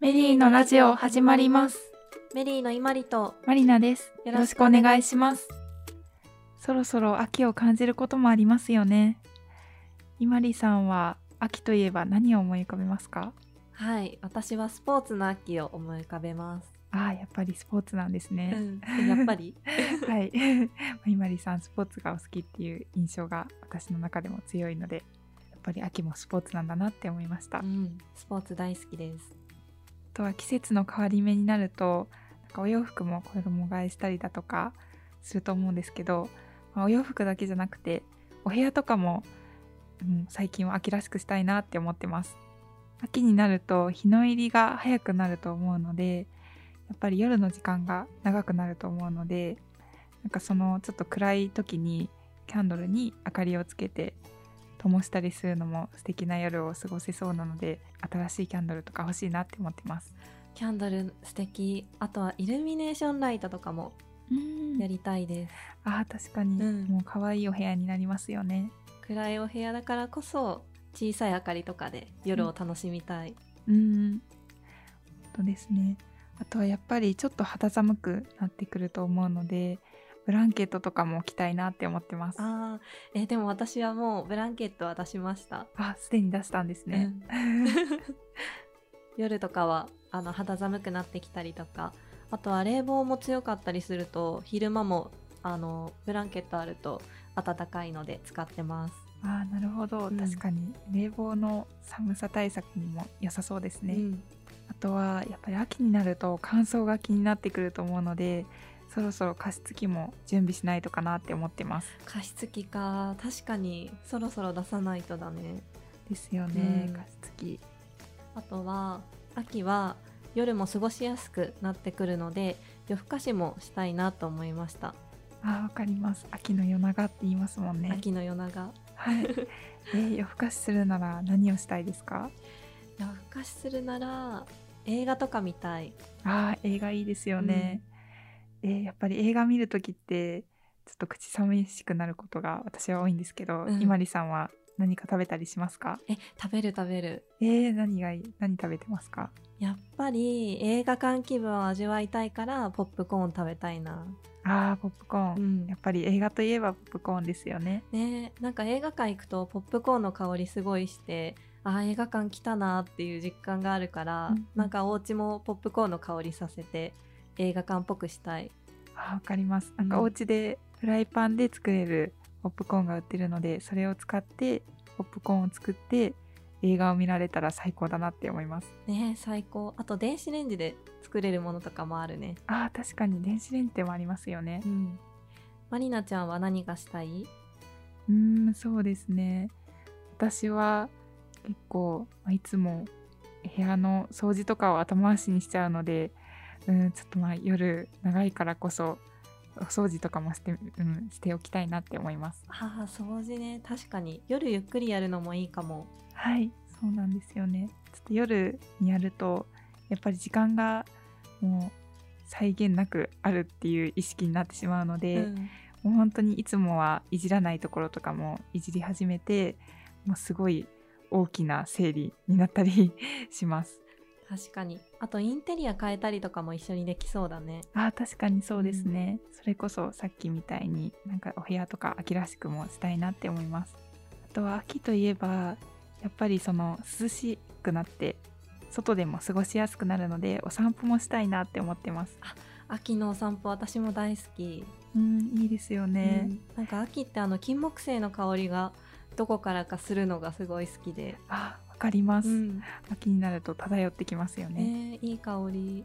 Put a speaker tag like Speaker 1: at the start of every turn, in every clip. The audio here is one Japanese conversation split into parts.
Speaker 1: メリーのラジオ始まります。
Speaker 2: メリーのいまりと
Speaker 1: マリナです。よ
Speaker 2: よ
Speaker 1: ろ
Speaker 2: ろ
Speaker 1: し
Speaker 2: し
Speaker 1: く
Speaker 2: く
Speaker 1: お
Speaker 2: お
Speaker 1: 願
Speaker 2: 願
Speaker 1: いします。そろそろ秋を感じることもありますよね。いまりさんは秋といえば何を思い浮かべますか
Speaker 2: はい私はスポーツの秋を思い浮かべます、
Speaker 1: ああ、やっぱりスポーツなんですね。
Speaker 2: やっぱ り
Speaker 1: はい。 いまりさん、スポーツがお好きっていう印象が私の中でも強いので、やっぱり秋もスポーツなんだなって思いました
Speaker 2: う。んスポーツ大好きです
Speaker 1: あとは季節の変わり目になるとなんかお洋服も衣替えしたりだとかすると思うんですけど、まあお洋服だけじゃなくてお部屋とかも、うん、最近は秋らしくしたいなって思ってます秋になると日の入りが早くなると思うのでやっぱり夜の時間が長くなると思うのでなんかそのちょっと暗い時にキャンドルに明かりをつけて灯したりするのも素敵な夜を過ごせそうなので新しいキャンドルとか欲しいなって思ってます
Speaker 2: キャンドル素敵あとはイルミネーションライトとかも
Speaker 1: うん
Speaker 2: やりたいです、
Speaker 1: あー確かに、
Speaker 2: うん
Speaker 1: もう可愛いお部屋になりますよね
Speaker 2: 暗いお部屋だからこそ小さい明かりとかで夜を楽しみたい、
Speaker 1: うん本当ですねあとはやっぱりちょっと肌寒くなってくると思うのでブランケットとかも着たいなって思ってますあ
Speaker 2: あーえでも私はもうブランケットは出しました
Speaker 1: すでに出したんですね、
Speaker 2: 夜とかはあの肌寒くなってきたりとかあとは冷房も強かったりすると昼間もあのブランケットあると暖かいので使ってます
Speaker 1: あーなるほど
Speaker 2: うん
Speaker 1: 確かに冷房の寒さ対策にも良さそうですね、
Speaker 2: うん
Speaker 1: あとはやっぱり秋になると乾燥が気になってくると思うのでそろそろ加湿器も準備しないとかなって思ってます
Speaker 2: 加湿器か確かにそろそろ出さないとだね
Speaker 1: ですよね、
Speaker 2: うん
Speaker 1: 加湿器
Speaker 2: あとは秋は夜も過ごしやすくなってくるので夜更かしもしたいなと思いました、
Speaker 1: あーわかります秋の夜長って言いますもんね
Speaker 2: 秋の夜長
Speaker 1: はい、えー夜更かしするなら何をしたいですか
Speaker 2: 夜更かしするなら映画とか見たい
Speaker 1: あー映画いいですよね、えーやっぱり映画見る時ってちょっと口寂しくなることが私は多いんですけど、
Speaker 2: うん
Speaker 1: いまりさんは何か食べたりしますか
Speaker 2: え食べる食べる
Speaker 1: えー、何がいい何食べてますか
Speaker 2: やっぱり映画館気分を味わいたいからポップコーン食べたいな。
Speaker 1: あーポップコーン、
Speaker 2: うん
Speaker 1: やっぱり映画といえばポップコーンですよね
Speaker 2: ねえなんか映画館行くとポップコーンの香りすごいしてあー映画館来たなっていう実感があるから、
Speaker 1: うん
Speaker 2: なんかお家もポップコーンの香りさせて映画館っぽくしたい。
Speaker 1: あーわかりますなんか
Speaker 2: うん
Speaker 1: お家でフライパンで作れるポップコーンが売ってるのでそれを使ってポップコーンを作って映画を見られたら最高だなって思います
Speaker 2: ねえ最高あと電子レンジで作れるものとかもあるね。
Speaker 1: あー確かに電子レンジでもありますよね
Speaker 2: うんまりなちゃんは何がしたいう
Speaker 1: ーんそうですね私は結構まあいつも部屋の掃除とかを後回しにしちゃうのでうんちょっとまあ夜長いからこそお掃除とかもして,、うん、しておきたいなって思います
Speaker 2: ああ掃除ね確かに夜ゆっくりやるのもいいかも。
Speaker 1: はいそうなんですよねちょっと夜にやるとやっぱり時間がもう際限なくあるっていう意識になってしまうので、
Speaker 2: うん
Speaker 1: もう本当にいつもはいじらないところとかもいじり始めてもうすごい大きな整理になったり します。
Speaker 2: 確かにあとインテリア変えたりとかも一緒にできそうだね
Speaker 1: あー確かにそうですね、それこそさっきみたいになんかお部屋とか秋らしくもしたいなって思います。あとは秋といえばやっぱりその涼しくなって外でも過ごしやすくなるのでお散歩もしたいなって思ってます。
Speaker 2: 秋のお散歩私も大好き、
Speaker 1: うんいいですよね。
Speaker 2: うんなんか秋ってあの金木犀の香りがどこからかするのがすごい好きで、
Speaker 1: あーわかります、
Speaker 2: うん
Speaker 1: 秋になると漂ってきますよね。
Speaker 2: ねえいい香り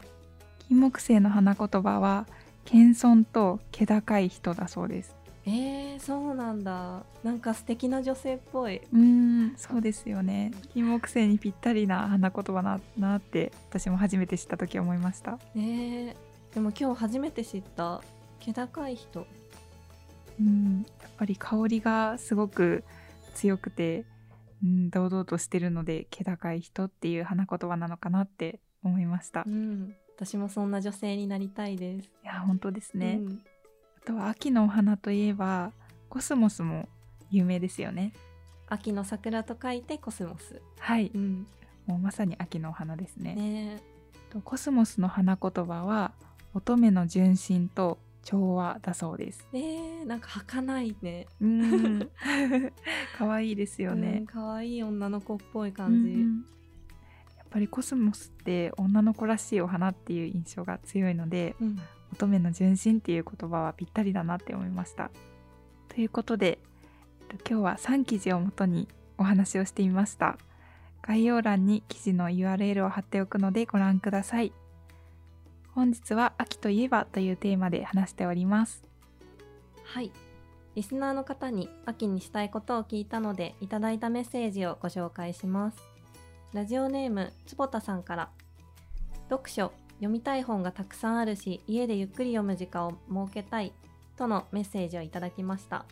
Speaker 1: 金木犀の花言葉は謙遜と気高い人だそうです
Speaker 2: えー、そうなんだなんか素敵な女性っぽい、
Speaker 1: うーんそうですよね金木犀にぴったりな花言葉だなって私も初めて知った時思いました
Speaker 2: ねえでも今日初めて知った気高い人
Speaker 1: うんやっぱり香りがすごく強くて、うん、堂々としてるので気高い人っていう花言葉なのかなって思いました、
Speaker 2: う
Speaker 1: い
Speaker 2: ん私もそんな女性になりたいです
Speaker 1: や本当ですね、
Speaker 2: うん
Speaker 1: あとは秋のお花といえばコスモスも有名ですよね
Speaker 2: 秋の桜と書いてコスモス、
Speaker 1: はい
Speaker 2: うん、
Speaker 1: もうまさに秋のお花ですね
Speaker 2: ねえ
Speaker 1: とコスモスの花言葉は乙女の純真と調和だそうです。
Speaker 2: えー、なんか儚いね。
Speaker 1: うん 可愛いですよ
Speaker 2: うん
Speaker 1: ね。
Speaker 2: 可愛い女の子っぽい
Speaker 1: うんう
Speaker 2: 感
Speaker 1: んやっぱりコスモスって女の子らしいお花っていう印象が強いので
Speaker 2: じ。うん。
Speaker 1: 乙女の純真っていう言葉はぴったりだなって思いました。ということでえっと今日は3記事をもとにお話をしてみました。概要欄に記事の URL を貼っておくのでご覧ください。本日は秋といえばというテーマで話しております。
Speaker 2: はい。リスナーの方に秋にしたいことを聞いたので、いただいたメッセージをご紹介します。ラジオネーム、坪田さんから。読書、読みたい本がたくさんあるし、家でゆっくり読む時間を設けたい、とのメッセージをいただきました。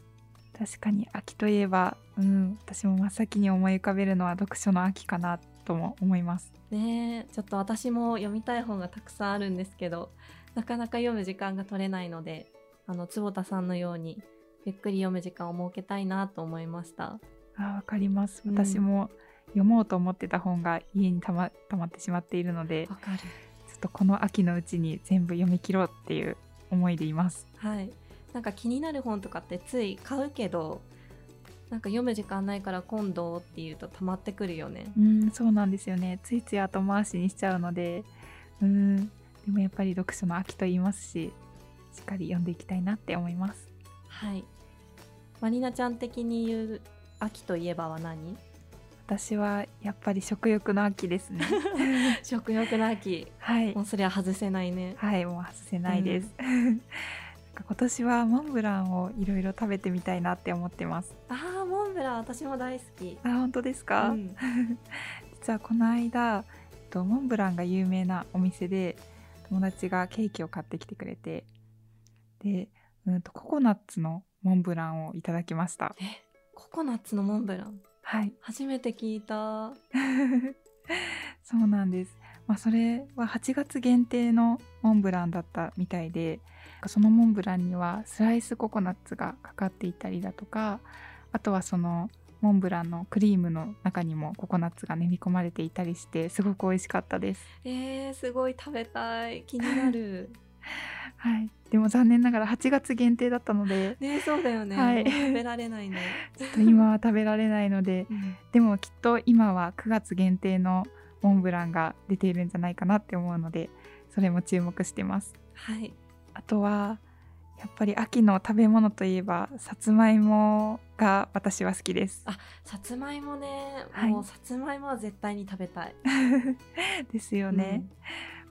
Speaker 1: 確かに秋といえば、うん、私も真っ先に思い浮かべるのは読書の秋かなとも思います。
Speaker 2: ねえ、ちょっと私も読みたい本がたくさんあるんですけど、なかなか読む時間が取れないので、あの、坪田さんのように、ゆっくり読む時間を設けたいなと思いました。
Speaker 1: あ、わかります。
Speaker 2: うん
Speaker 1: 私も読もうと思ってた本が家にたま溜まってしまっているので、ちょ
Speaker 2: わかる。
Speaker 1: っとこの秋のうちに全部読み切ろうっていう思いでいます。
Speaker 2: はい、なんか気になる本とかってつい買うけどなんか読む時間ないから今度っていうと溜まってくるよね。
Speaker 1: うん、そうなんですよね。ついつい後回しにしちゃうので、うん、でもやっぱり読書の秋と言いますし、しっかり読んでいきたいなって思います。
Speaker 2: はい、まりなちゃん的に言う秋といえばは何
Speaker 1: 私はやっぱり食欲の秋です ね。
Speaker 2: 食欲の秋
Speaker 1: はい
Speaker 2: も。うそれは外せないね。
Speaker 1: はい、もう外せないです。なんか今年はモンブランをいろいろ食べてみたいなって思ってます。
Speaker 2: あーモンブラン私も大好き。
Speaker 1: あ、本当ですか。
Speaker 2: うん
Speaker 1: 実はこの間、えっとモンブランが有名なお店で友達がケーキを買ってきてくれて、で、うんとココナッツのモンブランをいただきました。
Speaker 2: えココナッツのモンブラン
Speaker 1: はい、
Speaker 2: 初めて聞いた。
Speaker 1: そうなんです。まあ、それは8月限定のモンブランだったみたいでそのモンブランにはスライスココナッツがかかっていたりだとかあとはそのモンブランのクリームの中にもココナッツが練り込まれていたりしてすごく美味しかったです、
Speaker 2: えー、すごい食べたい気になる。
Speaker 1: はい、でも残念ながら8月限定だったので
Speaker 2: ねそうだよね、
Speaker 1: はい
Speaker 2: もう食べられない ね。
Speaker 1: ちょっと今は食べられないので
Speaker 2: うん
Speaker 1: でもきっと今は9月限定のモンブランが出ているんじゃないかなって思うのでそれも注目してます
Speaker 2: はい
Speaker 1: あとはやっぱり秋の食べ物といえばさつまいもが私は好きです。
Speaker 2: あさつまいもね、
Speaker 1: はい
Speaker 2: もうさつまいもは絶対に食べたい。
Speaker 1: ですよね。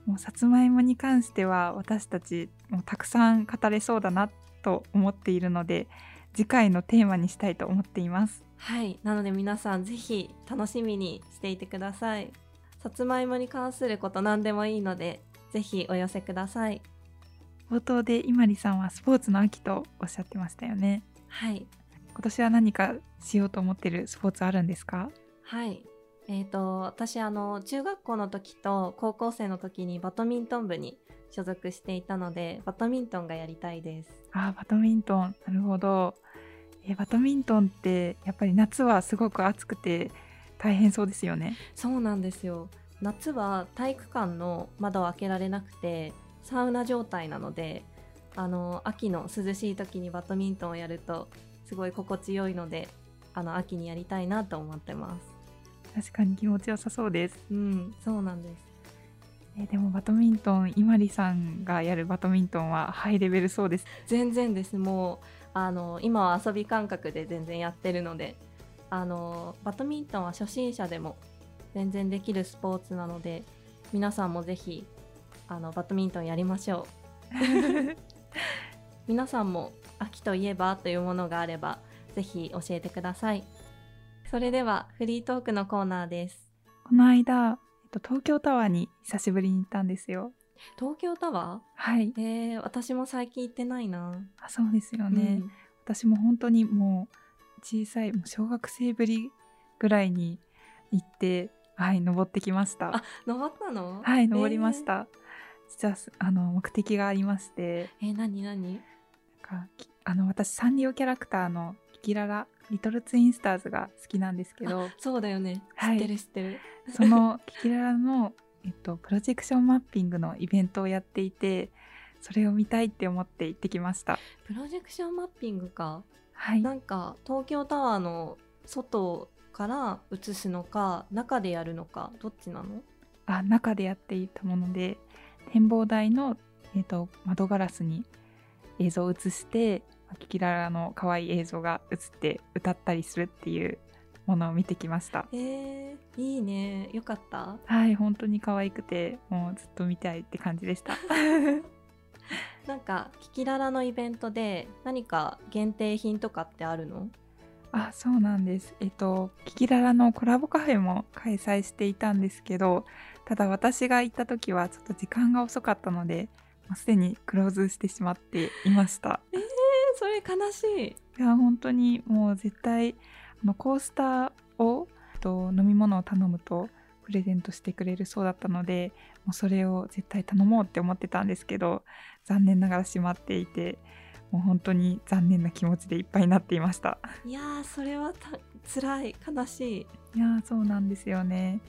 Speaker 1: もうさつまいもに関しては私たちもうたくさん語れそうだなと思っているので次回のテーマにしたいと思っています
Speaker 2: うん。はい、なので皆さんぜひ楽しみにしていてください。さつまいもに関すること何でもいいので、ぜひお寄せください。
Speaker 1: 冒頭で伊まりさんはスポーツの秋とおっしゃってましたよね。
Speaker 2: はい、
Speaker 1: 今年は何かしようと思ってるスポーツあるんですか？
Speaker 2: はい。えっ、と私あの中学校の時と高校生の時にバドミントン部に所属していたので、バドミントンがやりたいです。
Speaker 1: あーバドミントンなるほどえーバドミントンってやっぱり夏はすごく暑くて大変そうですよね
Speaker 2: そうなんですよ夏は体育館の窓を開けられなくてサウナ状態なのであの秋の涼しい時にバドミントンをやるとすごい心地よいのであの秋にやりたいなと思ってます
Speaker 1: 確かに気持ちよさそうです、
Speaker 2: うんそうなんです
Speaker 1: えーでもバドミントン伊まりさんがやるバドミントンはハイレベルそうです
Speaker 2: 全然ですもうあの今は遊び感覚で全然やってるのであのバドミントンは初心者でも全然できるスポーツなので皆さんもぜひあのバドミントンやりましょ う皆さんも秋といえばというものがあればぜひ教えてくださいそれではフリートークのコーナーです
Speaker 1: この間、えっと、東京タワーに久しぶりに行ったんですよ
Speaker 2: 東京タワ
Speaker 1: はい
Speaker 2: ーえー、私も最近行ってないな、
Speaker 1: あそうですよね、
Speaker 2: うん
Speaker 1: 私も本当にもう小さいもう小学生ぶりぐらいに行ってはい登ってきました
Speaker 2: あ登ったの
Speaker 1: はい、登りまし
Speaker 2: えー
Speaker 1: た。実はすあの目的がありまして、
Speaker 2: えー何何
Speaker 1: なんかきあの私サンリオキャラクターのキキララリトルツインスターズが好きなんですけど、
Speaker 2: そうだよね。
Speaker 1: はい
Speaker 2: 知ってる知ってる。
Speaker 1: そのキキララのえっと、プロジェクションマッピングのイベントをやっていてそれを見たいって思って行ってきました
Speaker 2: プロジェクションマッピングか
Speaker 1: はい
Speaker 2: なんか東京タワーの外から映すのか中でやるのかどっちなの
Speaker 1: あ中でやっていたもので展望台の、えっと、窓ガラスに映像を映してキキララの可愛い映像が映って歌ったりするっていうものを見てきました
Speaker 2: えー、いいねよか った
Speaker 1: はい本当に可愛くてもうずっと見たいって感じでした
Speaker 2: なんかキキララのイベントで何か限定品とかってあるの
Speaker 1: あそうなんですえっとキキララのコラボカフェも開催していたんですけどただ私が行った時はちょっと時間が遅かったのでもうすでにクローズしてしまっていました
Speaker 2: えそれ悲しい
Speaker 1: いや本当にもう絶対あのコースターをえっと飲み物を頼むとプレゼントしてくれるそうだったのでもうそれを絶対頼もうって思ってたんですけど残念ながら閉まっていてもう本当に残念な気持ちでいっぱいになっていました
Speaker 2: いやーそれはた辛い悲し
Speaker 1: い
Speaker 2: い
Speaker 1: やーそうなんですよね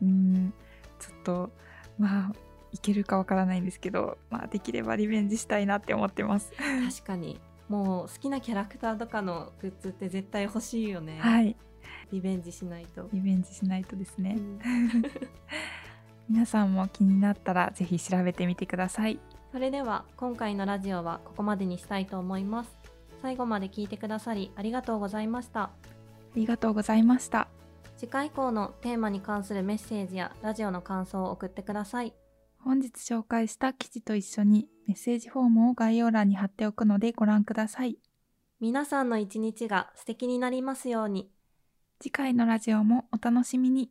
Speaker 1: うんちょっとまあいけるかわからないんですけど、まあ、できればリベンジしたいなって思ってます
Speaker 2: 確かにもう好きなキャラクターとかのグッズって絶対欲しいよね、
Speaker 1: はい
Speaker 2: リベンジしないと、
Speaker 1: リベンジしないとですね、
Speaker 2: うん
Speaker 1: 皆さんも気になったらぜひ調べてみてください
Speaker 2: それでは今回のラジオはここまでにしたいと思います最後まで聞いてくださりありがとうございました
Speaker 1: ありがとうございました
Speaker 2: 次回以降のテーマに関するメッセージやラジオの感想を送ってください
Speaker 1: 本日紹介した記事と一緒にメッセージフォームを概要欄に貼っておくのでご覧ください
Speaker 2: 皆さんの一日が素敵になりますように
Speaker 1: 次回のラジオもお楽しみに